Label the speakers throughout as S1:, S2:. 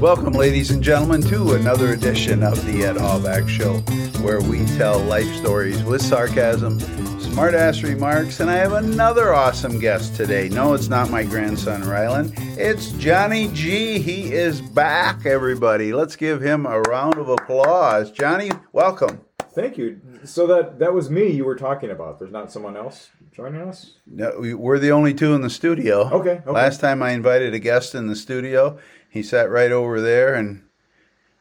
S1: Welcome, ladies and gentlemen, to another edition of the Ed Hallback Show, where we tell life stories with sarcasm, smart ass remarks, and I have another awesome guest today. No, it's not my grandson, Rylan. It's Johnny G. He is back, everybody. Let's give him a round of applause. Johnny, welcome.
S2: Thank you. So that that was me you were talking about. There's not someone else joining us.
S1: No, we- we're the only two in the studio.
S2: Okay, okay.
S1: Last time I invited a guest in the studio, he sat right over there and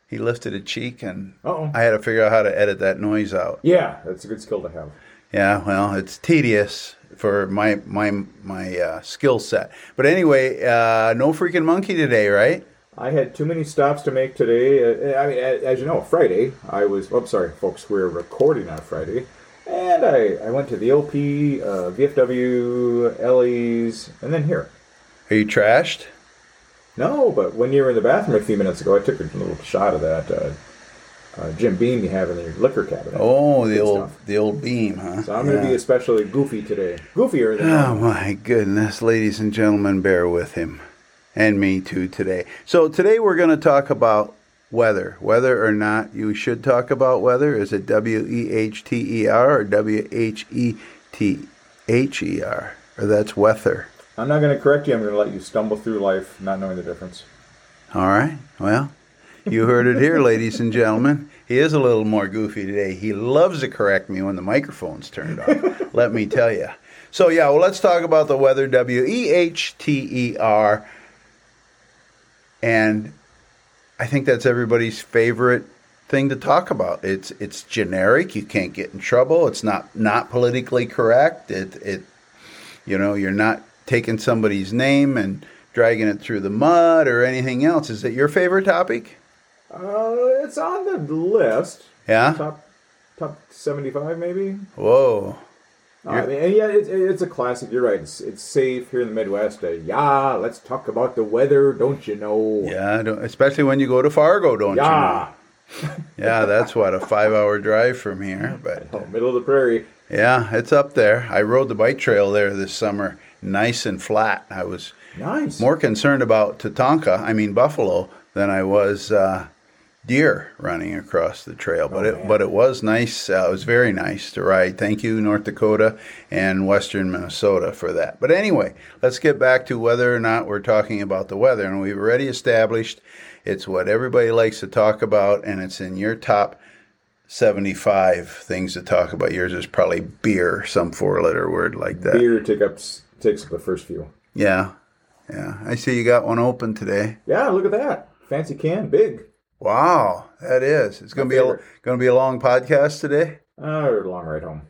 S1: he lifted a cheek, and
S2: Uh-oh.
S1: I had to figure out how to edit that noise out.
S2: Yeah, that's a good skill to have.
S1: Yeah, well, it's tedious for my my my uh, skill set. But anyway, uh, no freaking monkey today, right?
S2: I had too many stops to make today. Uh, I mean, a- as you know, Friday I was. Oh, sorry, folks. We're recording on Friday, and I I went to the OP, uh, VFW, Ellie's, and then here.
S1: Are you trashed?
S2: No, but when you were in the bathroom a few minutes ago, I took a little shot of that uh, uh, Jim Beam you have in your liquor cabinet.
S1: Oh, the
S2: Good
S1: old
S2: stuff.
S1: the old beam, huh?
S2: So I'm going to be
S1: Yeah.
S2: especially goofy today. Goofier than
S1: Oh my goodness, ladies and gentlemen, bear with him and me too today. So today we're going to talk about weather, whether or not you should talk about weather. Is it W E H T E R or W H E T H E R? Or that's weather.
S2: I'm not going to correct you. I'm going to let you stumble through life not knowing the difference.
S1: All right. Well, you heard it here, ladies and gentlemen. He is a little more goofy today. He loves to correct me when the microphone's turned off. let me tell you. So yeah, well, let's talk about the weather. W e h t e r. And I think that's everybody's favorite thing to talk about. It's it's generic. You can't get in trouble. It's not not politically correct. It it you know, you're not taking somebody's name and dragging it through the mud or anything else. Is it your favorite topic?
S2: Uh, it's on the list.
S1: Yeah.
S2: Top top 75 maybe.
S1: Whoa.
S2: Uh, I mean, and yeah, it's, it's a classic. You're right. It's, it's safe here in the Midwest. Uh, yeah, let's talk about the weather, don't you know?
S1: Yeah, I don't, especially when you go to Fargo, don't you?
S2: Yeah.
S1: know? Yeah, that's what a five-hour drive from here, but
S2: Oh, middle of the prairie.
S1: yeah, it's up there. I rode the bike trail there this summer, nice and flat. I was
S2: Nice.
S1: more concerned about Tatanka, I mean buffalo, than I was uh, deer running across the trail. But it
S2: man.
S1: but it was nice. Uh, it was very nice to ride. Thank you, North Dakota and Western Minnesota for that. But anyway, let's get back to whether or not we're talking about the weather, and we've already established it's what everybody likes to talk about, and it's in your top. 75 things to talk about. Yours is probably beer, some four letter word like that.
S2: Beer take up, s- takes up the first few.
S1: Yeah. Yeah. I see you got one open today.
S2: Yeah, look at that. Fancy can, big.
S1: Wow, that is. It's going to be a,
S2: favorite.
S1: going to be a long podcast today.
S2: Uh, long ride home.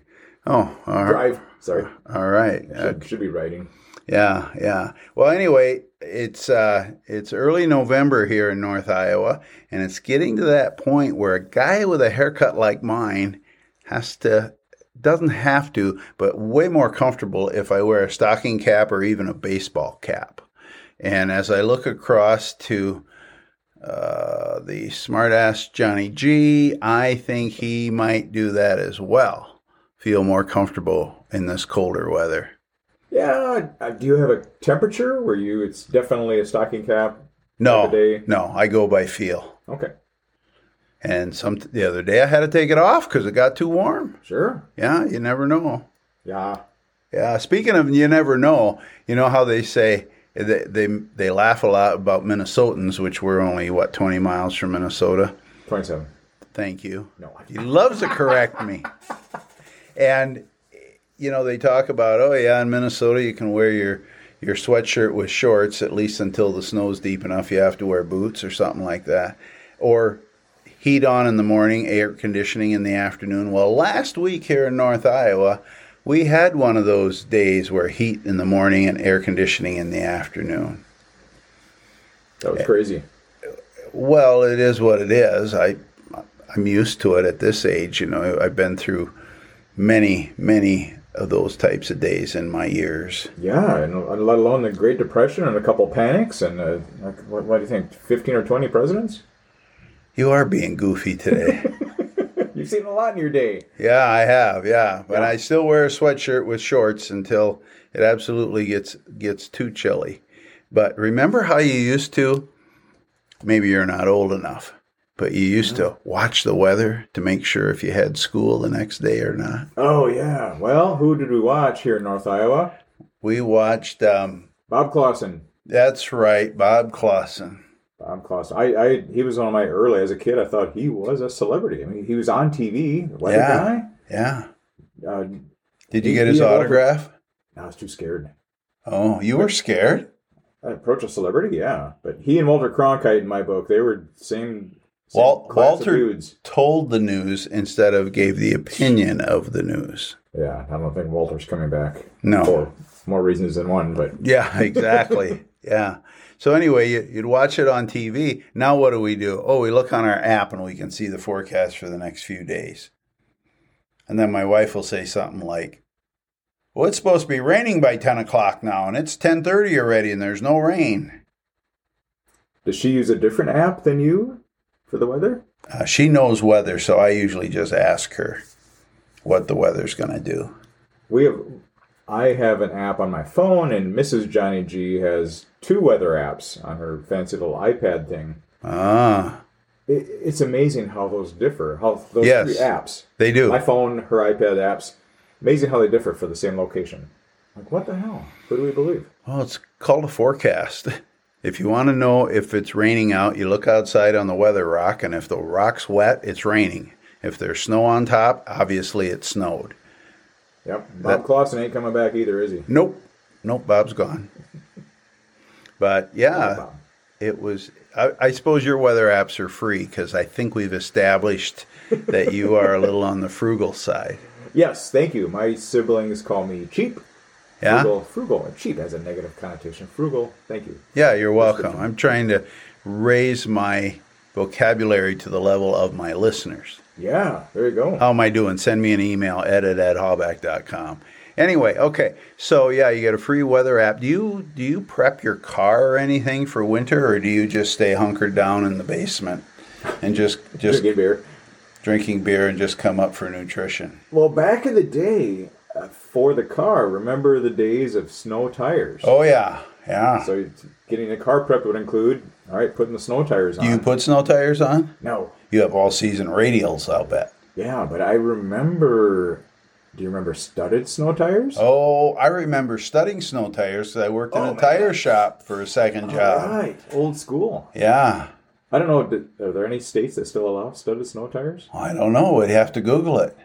S1: Oh, all right.
S2: Drive. Sorry.
S1: All right. Uh,
S2: Should, should be riding.
S1: yeah, yeah. Well, anyway, it's uh, it's early November here in North Iowa, and it's getting to that point where a guy with a haircut like mine has to doesn't have to, but way more comfortable if I wear a stocking cap or even a baseball cap. And as I look across to uh, the smartass Johnny G, I think he might do that as well. Feel more comfortable in this colder weather.
S2: Yeah. uh, Do you have a temperature where you? It's definitely a stocking cap.
S1: No,
S2: of the day?
S1: no, I go by feel.
S2: Okay.
S1: And some the other day I had to take it off because it got too warm.
S2: Sure.
S1: Yeah, you never know.
S2: Yeah.
S1: Yeah, speaking of you never know, you know how they say they they, they laugh a lot about Minnesotans, which we're only what twenty miles from Minnesota.
S2: Twenty-seven.
S1: Thank you.
S2: No. I-
S1: He loves to correct me. And you know, they talk about, oh yeah, in Minnesota you can wear your your sweatshirt with shorts at least until the snow's deep enough you have to wear boots or something like that. Or heat on in the morning, air conditioning in the afternoon. Well, last week here in North Iowa, we had one of those days where heat in the morning and air conditioning in the afternoon.
S2: That was crazy.
S1: Well, it is what it is. I I'm used to it at this age. You know, I've been through many, many of those types of days in my years.
S2: Yeah, and uh, let alone the Great Depression and a couple panics and uh, like, what, what do you think? Fifteen or twenty presidents?
S1: You are being goofy today.
S2: You've seen a lot in your day.
S1: yeah, I have. Yeah, but I still wear a sweatshirt with shorts until it absolutely gets gets too chilly. But remember how you used to maybe you're not old enough, but you used to watch the weather to make sure if you had school the next day or not.
S2: Oh yeah. Well, who did we watch here in North Iowa?
S1: We watched. Um,
S2: Bob Clausen.
S1: that's right, Bob Clausen.
S2: Bob Clausen. I, I he was one of my early as a kid. I thought he was a celebrity. I mean, he was on TV. the Weather
S1: Yeah. Yeah.
S2: guy. Uh,
S1: Did you
S2: He-
S1: get
S2: he
S1: his
S2: had all the-
S1: autograph?
S2: I was too scared.
S1: Oh, you were scared.
S2: I approach a celebrity, yeah. But he and Walter Cronkite in my book, they were same. same
S1: Wal-
S2: class of
S1: Walter-
S2: dudes.
S1: Told the news instead of gave the opinion of the news.
S2: Yeah, I don't think Walter's coming back
S1: No.
S2: for more reasons than one. But
S1: Yeah, exactly. yeah. So anyway, you, you'd watch it on TV. Now what do we do? Oh, we look on our app and we can see the forecast for the next few days. And then my wife will say something like, "Well, it's supposed to be raining by ten o'clock now, and it's ten thirty already, and there's no rain."
S2: does she use a different app than you for the weather?
S1: Uh, she knows weather, so I usually just ask her what the weather's going to do.
S2: We have. I have an app on my phone, and Mrs. Johnny G has two weather apps on her fancy little iPad thing.
S1: Ah,
S2: It, it's amazing how those differ. How those
S1: Yes.
S2: three apps,
S1: they do.
S2: my phone, her iPad apps, amazing how they differ for the same location. Like what the hell? Who do we believe?
S1: Well, it's called a forecast. If you want to know if it's raining out, you look outside on the weather rock, and if the rock's wet, it's raining. If there's snow on top, obviously it snowed.
S2: Yep. Bob Clausen ain't coming back either, is he?
S1: Nope, nope, Bob's gone. But yeah,
S2: Bob.
S1: it was. I, I suppose your weather apps are free because I think we've established that you are a little on the frugal side.
S2: Yes, thank you. My siblings call me cheap.
S1: Yeah,
S2: Frugal. Frugal. Cheap has a negative connotation. Frugal. Thank you.
S1: yeah, you're welcome. I'm trying to raise my vocabulary to the level of my listeners.
S2: Yeah, there you go.
S1: how am I doing? Send me an email, edit at hallback.com. Anyway, okay. So yeah, you get a free weather app. Do you do you prep your car or anything for winter or do you just stay hunkered down in the basement and just just
S2: Drinking beer.
S1: drinking beer and just come up for nutrition?
S2: Well, back in the day, uh, for the car, remember the days of snow tires.
S1: Oh yeah. Yeah.
S2: So it's- getting a car prepped would include, all right, putting the snow tires on.
S1: Do you put snow tires on?
S2: no.
S1: You have all season radials, I'll bet.
S2: Yeah, but I remember. Do you remember studded snow tires?
S1: Oh, I remember studying snow tires 'cause I worked in
S2: Oh,
S1: a
S2: my
S1: tire shop for a second job.
S2: Right, old school.
S1: Yeah.
S2: I don't know. did- Are there any states that still allow studded snow tires?
S1: I don't know. We'd have to Google it.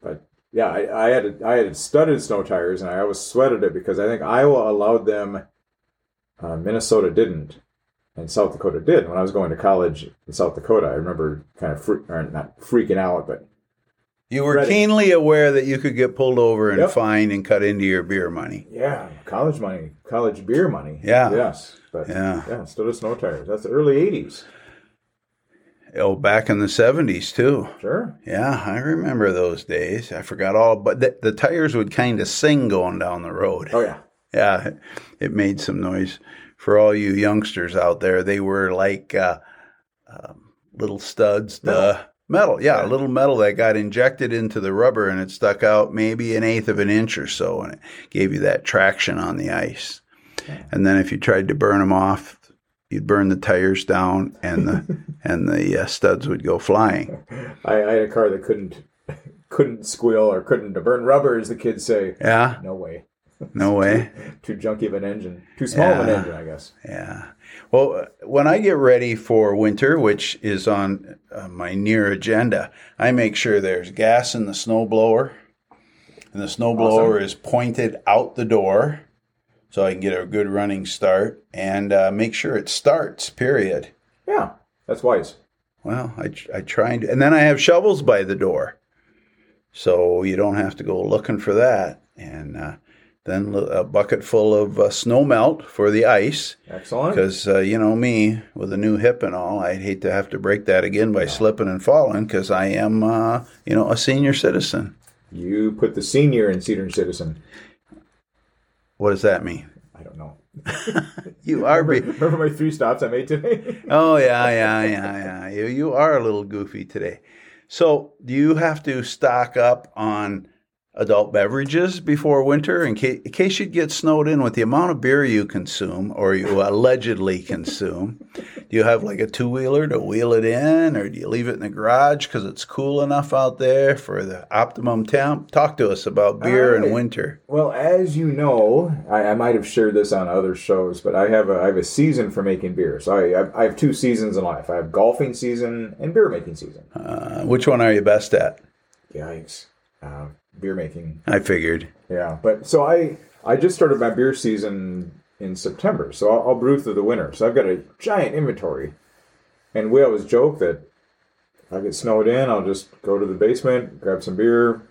S2: But yeah, I, I had I had studded snow tires, and I always sweated it because I think Iowa allowed them, uh, Minnesota didn't, and South Dakota did. When I was going to college in South Dakota, I remember kind of fre- or not freaking out, but
S1: You were
S2: Ready.
S1: keenly aware that you could get pulled over and
S2: Yep.
S1: fined and cut into your beer money.
S2: yeah, college money, college beer money.
S1: Yeah.
S2: Yes. But
S1: Yeah.
S2: yeah, studded snow tires. That's the early '80s.
S1: Oh, back in the 70s, too.
S2: Sure.
S1: Yeah, I remember those days. I forgot all, but the, the tires would kind of sing going down the road.
S2: Oh yeah.
S1: Yeah, it- it made some noise. For all you youngsters out there, they were like uh, um, little studs, the metal. Yeah,
S2: Yeah.
S1: little metal that got injected into the rubber and it stuck out maybe an eighth of an inch or so, and it gave you that traction on the ice. And then if you tried to burn them off, you'd burn the tires down, and the and the uh, studs would go flying.
S2: I, I had a car that couldn't couldn't squeal or couldn't burn rubber, as the kids say.
S1: Yeah,
S2: No way.
S1: no way.
S2: Too junky of an engine. Too small of an
S1: Yeah.
S2: engine, I guess.
S1: Yeah. Well, uh, when I get ready for winter, which is on uh, my near agenda, I make sure there's gas in the snowblower, and the snowblower is pointed out the door, so I can get a good running start, and uh, make sure it starts. Period.
S2: Yeah, that's wise.
S1: Well, I I try and, and then I have shovels by the door, so you don't have to go looking for that, and uh, then a bucket full of uh, snow melt for the ice.
S2: Excellent.
S1: Because uh, you know me, with a new hip and all, I'd hate to have to break that again by slipping and falling. Because I am, uh, you know, a senior citizen.
S2: You put the senior in senior citizen.
S1: What does that mean?
S2: I don't know.
S1: You are. Be-
S2: Remember my three stops I made today?
S1: oh yeah, yeah, yeah, yeah. You you are a little goofy today. So do you have to stock up on adult beverages before winter in, ca- in case you get snowed in with the amount of beer you consume or you allegedly consume. Do you have like a two wheeler to wheel it in or do you leave it in the garage because it's cool enough out there for the optimum temp? Talk to us about beer
S2: Alright.
S1: and winter.
S2: Well, as you know, I, I might have shared this on other shows, but I have a, I have a season for making beer. So I, I, have, I have two seasons in life. I have golfing season and beer making season.
S1: Uh, which one are you best at?
S2: Yikes! Uh, beer making
S1: I figured.
S2: Yeah, but so I I just started my beer season in September, so I'll, I'll brew through the winter. So I've got a giant inventory, and we always joke that if I get snowed in, I'll just go to the basement, grab some beer,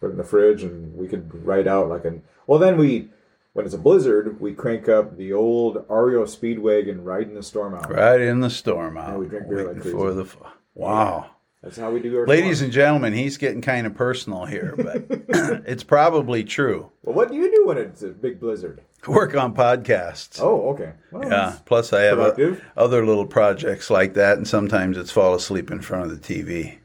S2: put it in the fridge, and we could write out like an. Well, then we when it's a blizzard, we crank up the old Ario Speedwagon riding the storm out.
S1: Right in the storm out.
S2: we drink beer like
S1: waiting
S2: crazy.
S1: for the f- wow.
S2: That's how we do our
S1: Ladies
S2: storm.
S1: and gentlemen, he's getting kind of personal here, but it's probably true.
S2: Well, what do you do when it's a big blizzard?
S1: Work on podcasts.
S2: Oh, okay. Well,
S1: yeah. Plus, I have o-
S2: productive.
S1: other little projects like that, and sometimes it's fall asleep in front of the TV.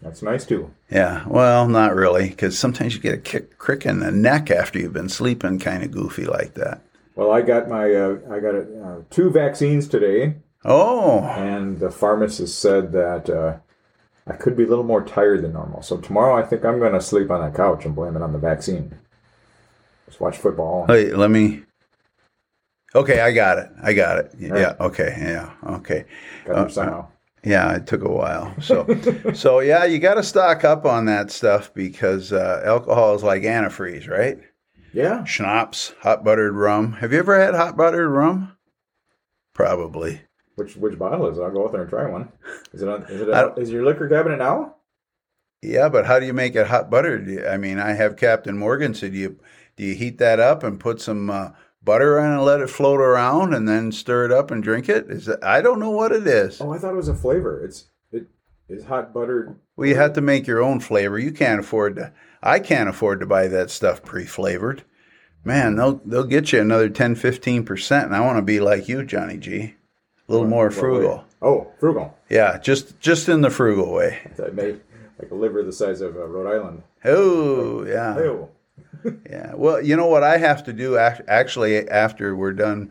S2: that's nice too.
S1: Yeah. Well, not really, because sometimes you get a kick, crick in the neck after you've been sleeping kind of goofy like that.
S2: Well, I got my uh, I got uh, two vaccines today,
S1: Oh,
S2: and the pharmacist said that uh, I could be a little more tired than normal. So tomorrow, I think I'm going to sleep on that couch and blame it on the vaccine. Just watch football.
S1: wait, let me. Okay, I got it. I got it.
S2: right.
S1: Yeah. Okay. Yeah. Okay.
S2: Got
S1: uh,
S2: there somehow.
S1: Yeah, it took a while. So, so yeah, you got to stock up on that stuff because uh, alcohol is like antifreeze, right?
S2: Yeah,
S1: Schnapps, hot buttered rum. Have you ever had hot buttered rum? Probably.
S2: which which bottle is it? I'll go out there and try one. Is it on? Is it?
S1: I
S2: On,
S1: don't-
S2: is your liquor cabinet now?
S1: Yeah, but how do you make it hot buttered? You- I mean, I have Captain Morgan. So do you do you heat that up and put some uh, butter on and let it float around and then stir it up and drink it? Is it, I don't know what it is.
S2: Oh, I thought it was a flavor. It's it is hot buttered.
S1: Well, you have to make your own flavor. You can't afford to. I can't afford to buy that stuff pre-flavored. Man, they'll they'll get you another 10, 15 percent, and I want to be like you, Johnny G. A little more frugal.
S2: Oh, frugal.
S1: Yeah, just just in the frugal way.
S2: That made like a liver the size of uh, Rhode Island.
S1: Oh, yeah,
S2: Oh,
S1: yeah. Well, you know what I have to do act- actually after we're done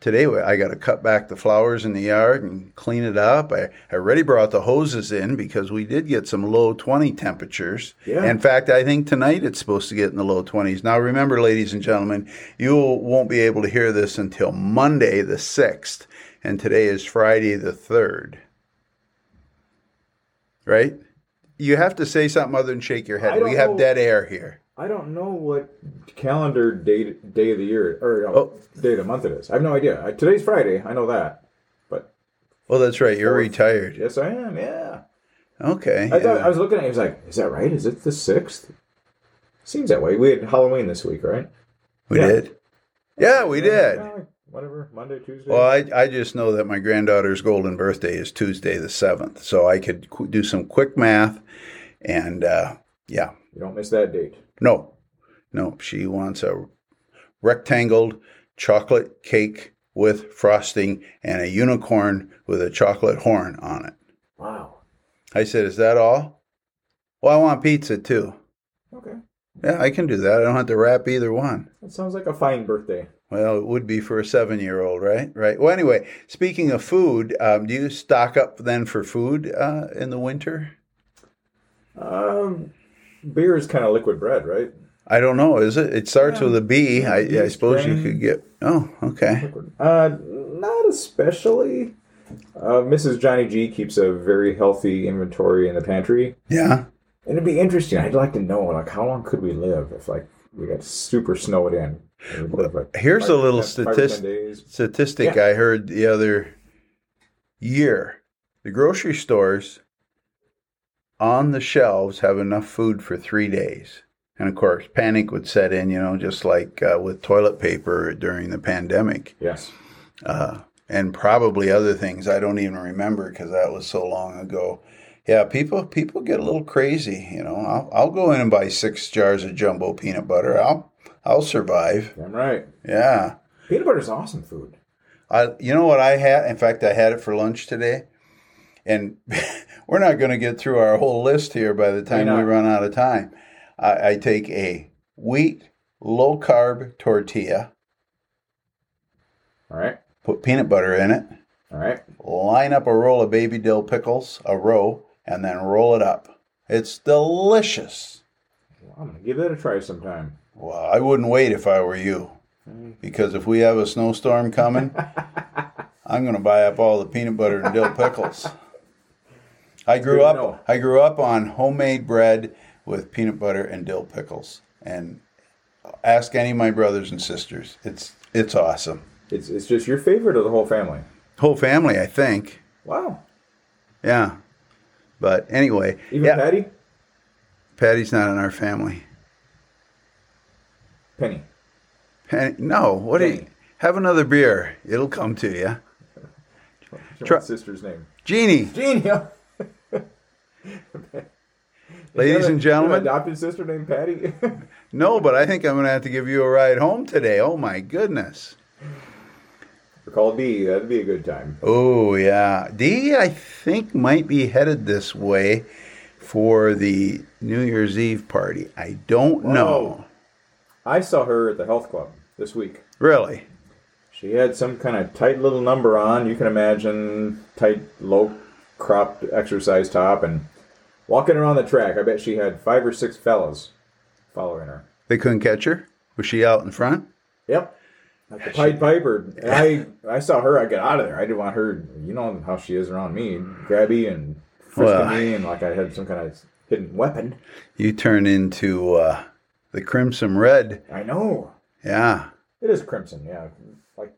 S1: today. I got to cut back the flowers in the yard and clean it up. I, I already brought the hoses in because we did get some low 20 temperatures.
S2: Yeah.
S1: In fact, I think tonight it's supposed to get in the low 20s. Now, remember, ladies and gentlemen, you won't be able to hear this until Monday, the 6th, and today is Friday, the 3rd. Right? You have to say something other than shake your
S2: I
S1: head.
S2: don't
S1: We have
S2: know.
S1: dead air here.
S2: I don't know what calendar date day of the year or no,
S1: Oh.
S2: day of the month it is. I have no idea. I, today's Friday. I know that, but
S1: Well, that's right. You're retired.
S2: yes, I am. Yeah.
S1: Okay.
S2: I thought
S1: yeah.
S2: I was looking at. it. I was like, "Is that right? Is it the sixth? Seems that way. We had Halloween this week, right?
S1: we
S2: yeah.
S1: did. Yeah, Oh, we did.
S2: Yeah, whatever. Monday, Tuesday.
S1: Well, I, I just know that my granddaughter's golden birthday is Tuesday the 7th. So I could qu- do some quick math. And uh, yeah,
S2: you don't miss that date.
S1: no, no, she wants a rectangled chocolate cake with frosting and a unicorn with a chocolate horn on it.
S2: Wow.
S1: I said, Is that all? Well, I want pizza too.
S2: Okay.
S1: Yeah, I can do that. I don't have to wrap either one.
S2: That sounds like a fine birthday.
S1: Well, it would be for a seven year old, right? Right. Well, anyway, speaking of food, um, do you stock up then for food uh, in the winter?
S2: Um, beer is kind of liquid bread, right?
S1: I don't know. Is it? It starts with a B. I, I suppose you could get. Oh, okay.
S2: Uh, not especially. Uh, Mrs. Johnny G keeps a very healthy inventory in the pantry,
S1: Yeah.
S2: and it'd be interesting. I'd like to know, like, how long could we live if, like, we got super snowed in? We'd live, like,
S1: Here's a
S2: five-
S1: little
S2: five or ten
S1: statistic.
S2: days.
S1: statistic I heard the other year. The grocery stores on the shelves have enough food for three days. And of course, panic would set in, you know, just like uh, with toilet paper during the pandemic
S2: Yes.
S1: uh, and probably other things I don't even remember because that was so long ago. Yeah, people people get a little crazy, you know. I'll, I'll go in and buy six jars of jumbo peanut butter. I'll I'll survive.
S2: Damn right.
S1: Yeah.
S2: Peanut butter's awesome food.
S1: I, you know what I had? In fact, I had it for lunch today, and we're not going to get through our whole list here by the time we
S2: not?
S1: run out of time. I, I take a wheat low carb tortilla,
S2: All right.
S1: put peanut butter in it,
S2: All right.
S1: line up a roll of baby dill pickles, a row, and then roll it up. It's delicious.
S2: Well, I'm gonna give that a try sometime.
S1: Well, I wouldn't wait if I were you, because if we have a snowstorm coming, I'm going to buy up all the peanut butter and dill pickles. I grew
S2: Good to
S1: up.
S2: know.
S1: I grew up on homemade bread with peanut butter and dill pickles, and ask any of my brothers and sisters. It's it's awesome.
S2: It's it's just your favorite of the whole family.
S1: Whole family, I think.
S2: Wow.
S1: Yeah, but anyway,
S2: Even
S1: yeah.
S2: Patty,
S1: Patty's not in our family.
S2: Penny.
S1: Penny, no, what do you?
S2: Penny.
S1: Have another beer. It'll come to you.
S2: What's
S1: Try-
S2: my sister's name.
S1: Jeannie,
S2: Genial.
S1: ladies and gentlemen.
S2: adopted sister named Patty.
S1: No, but I think I'm going to have to give you a ride home today. Oh my goodness.
S2: Or Call D. That'd be a good time.
S1: Oh yeah, Dee I think might be headed this way for the New Year's Eve party. I don't know.
S2: I saw her at the health club this week.
S1: Really?
S2: She had some kind of tight little number on. You can imagine tight, low cropped exercise top and walking around the track. I bet she had five or six fellas following her.
S1: They couldn't catch her. Was she out in front?
S2: Yep. Like the Pied Piper. And I, I saw her. I got out of there. I didn't want her. You know how she is around me, grabby and frisking
S1: Well.
S2: me, and like I had some kind of hidden weapon.
S1: You turn into uh, the Crimson Red.
S2: I know
S1: Yeah,
S2: it is crimson. Yeah, like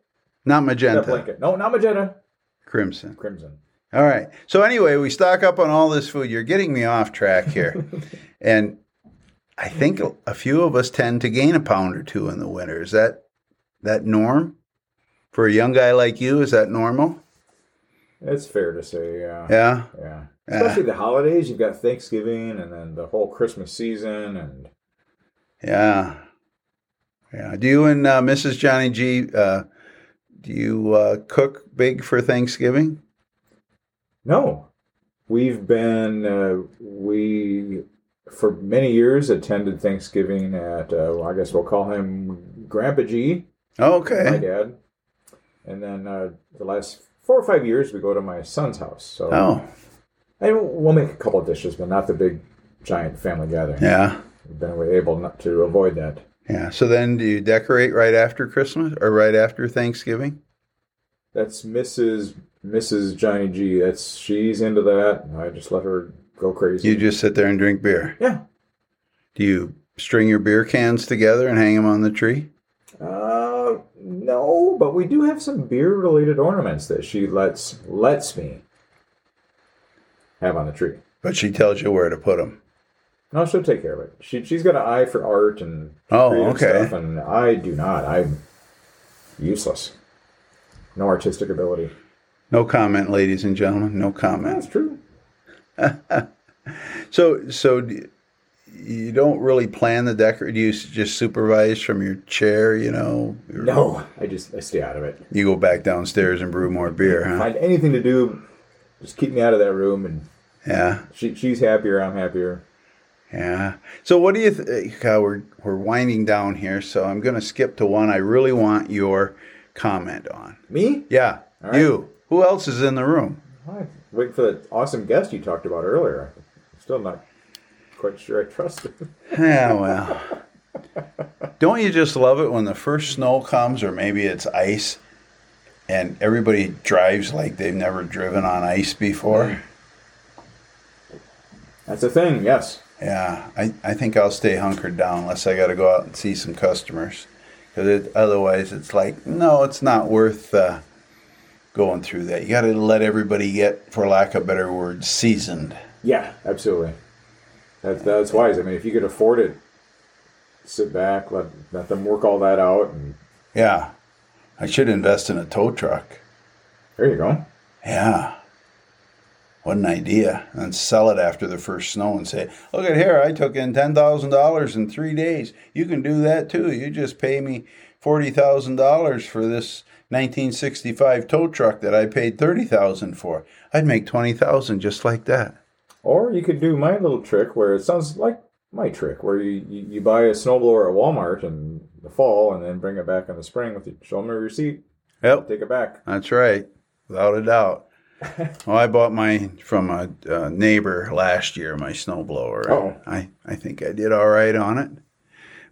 S1: not
S2: that
S1: magenta.
S2: blanket. No, not magenta.
S1: Crimson.
S2: Crimson.
S1: All right. So anyway, we stock up on all this food. You're getting me off track here. and I think a few of us tend to gain a pound or two in the winter. Is that that norm? For a young guy like you, is that normal?
S2: It's fair to say. Yeah.
S1: Yeah.
S2: Yeah.
S1: Yeah.
S2: Especially the holidays. You've got Thanksgiving and then the whole Christmas season. And
S1: Yeah. Yeah. Do you and uh, Mrs. Johnny G uh, do you uh, cook big for Thanksgiving?
S2: no, we've been, uh, we, for many years, attended Thanksgiving at, uh, well, I guess we'll call him Grandpa G, my
S1: Okay.
S2: dad. And then uh, the last four or five years, we go to my son's house. So
S1: Oh,
S2: and we'll make a couple of dishes, but not the big, giant family gathering.
S1: yeah.
S2: We've been able not to avoid that.
S1: Yeah. So then do you decorate right after Christmas or right after Thanksgiving?
S2: That's Mrs. Mrs. Johnny G. That's she's into that. and I just let her go crazy.
S1: You just sit there and drink beer.
S2: yeah.
S1: Do you string your beer cans together and hang them on the tree?
S2: Uh, no, but we do have some beer-related ornaments that she lets lets me have on the tree.
S1: But she tells you where to put them.
S2: No, she'll take care of it. She she's got an eye for art and
S1: Oh,
S2: creative
S1: okay.
S2: stuff, and I do not. I'm useless. No artistic ability.
S1: No comment, ladies and gentlemen. No comment.
S2: That's true.
S1: So, so d- you don't really plan the decor. Do you s- just supervise from your chair? You know,
S2: No, I just I stay out of it.
S1: you go back downstairs and brew more beer, huh?
S2: Find anything to do, just keep me out of that room and
S1: Yeah,
S2: She, she's happier. I'm happier.
S1: yeah. So, what do you? Th- God, we're we're winding down here, so I'm going to skip to one I really want your comment on.
S2: Me?
S1: Yeah,
S2: All right.
S1: you. Who else is in the room?
S2: I wait for that awesome guest you talked about earlier. I'm still not quite sure I trust him.
S1: Yeah, well. Don't you just love it when the first snow comes, or maybe it's ice, and everybody drives like they've never driven on ice before?
S2: That's a thing. Yes.
S1: Yeah, I, I think I'll stay hunkered down unless I got to go out and see some customers. Because it, otherwise, it's like, no, it's not worth uh, going through that. You got to let everybody get, for lack of better word, seasoned.
S2: Yeah. Absolutely. That's that's wise. I mean, if you could afford it, sit back, let let them work all that out, and
S1: Yeah, I should invest in a tow truck.
S2: there you go.
S1: Yeah. What an idea. And sell it after the first snow and say, look at here, I took in $10,000 in three days. You can do that too. You just pay me $40,000 for this 1965 tow truck that I paid 30000 for. I'd make 20000 just like that.
S2: Or you could do my little trick where it sounds like my trick where you, you, you buy a snowblower at Walmart in the fall and then bring it back in the spring with you. Show them your receipt.
S1: Yep,
S2: Take it back.
S1: that's right, without a doubt. well, I bought mine from a, uh neighbor last year, my snowblower.
S2: Oh.
S1: I, I think I did all right on it.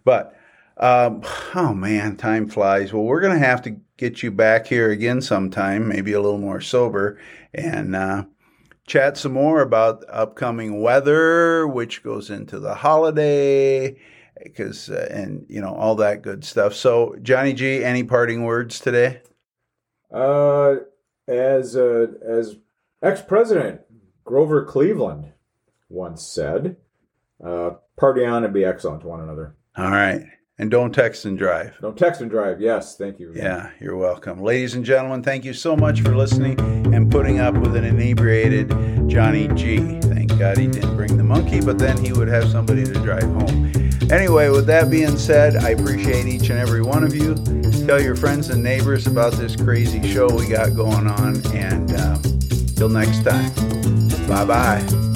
S1: But, um, oh man, time flies. Well, we're going to have to get you back here again sometime, maybe a little more sober, and uh, chat some more about upcoming weather, which goes into the holiday. Because uh, and you know all that good stuff. So Johnny G, any parting words today?
S2: Uh, as uh, as ex-president Grover Cleveland once said, uh, "Party on and be excellent to one another."
S1: All right, and don't text and drive.
S2: Don't text and drive. Yes, thank you.
S1: Yeah, you're welcome. Ladies and gentlemen, thank you so much for listening and putting up with an inebriated Johnny G. Thank God he didn't bring the monkey, but then he would have somebody to drive home. Anyway, with that being said, I appreciate each and every one of you. Tell your friends and neighbors about this crazy show we got going on, and uh, till next time, bye bye.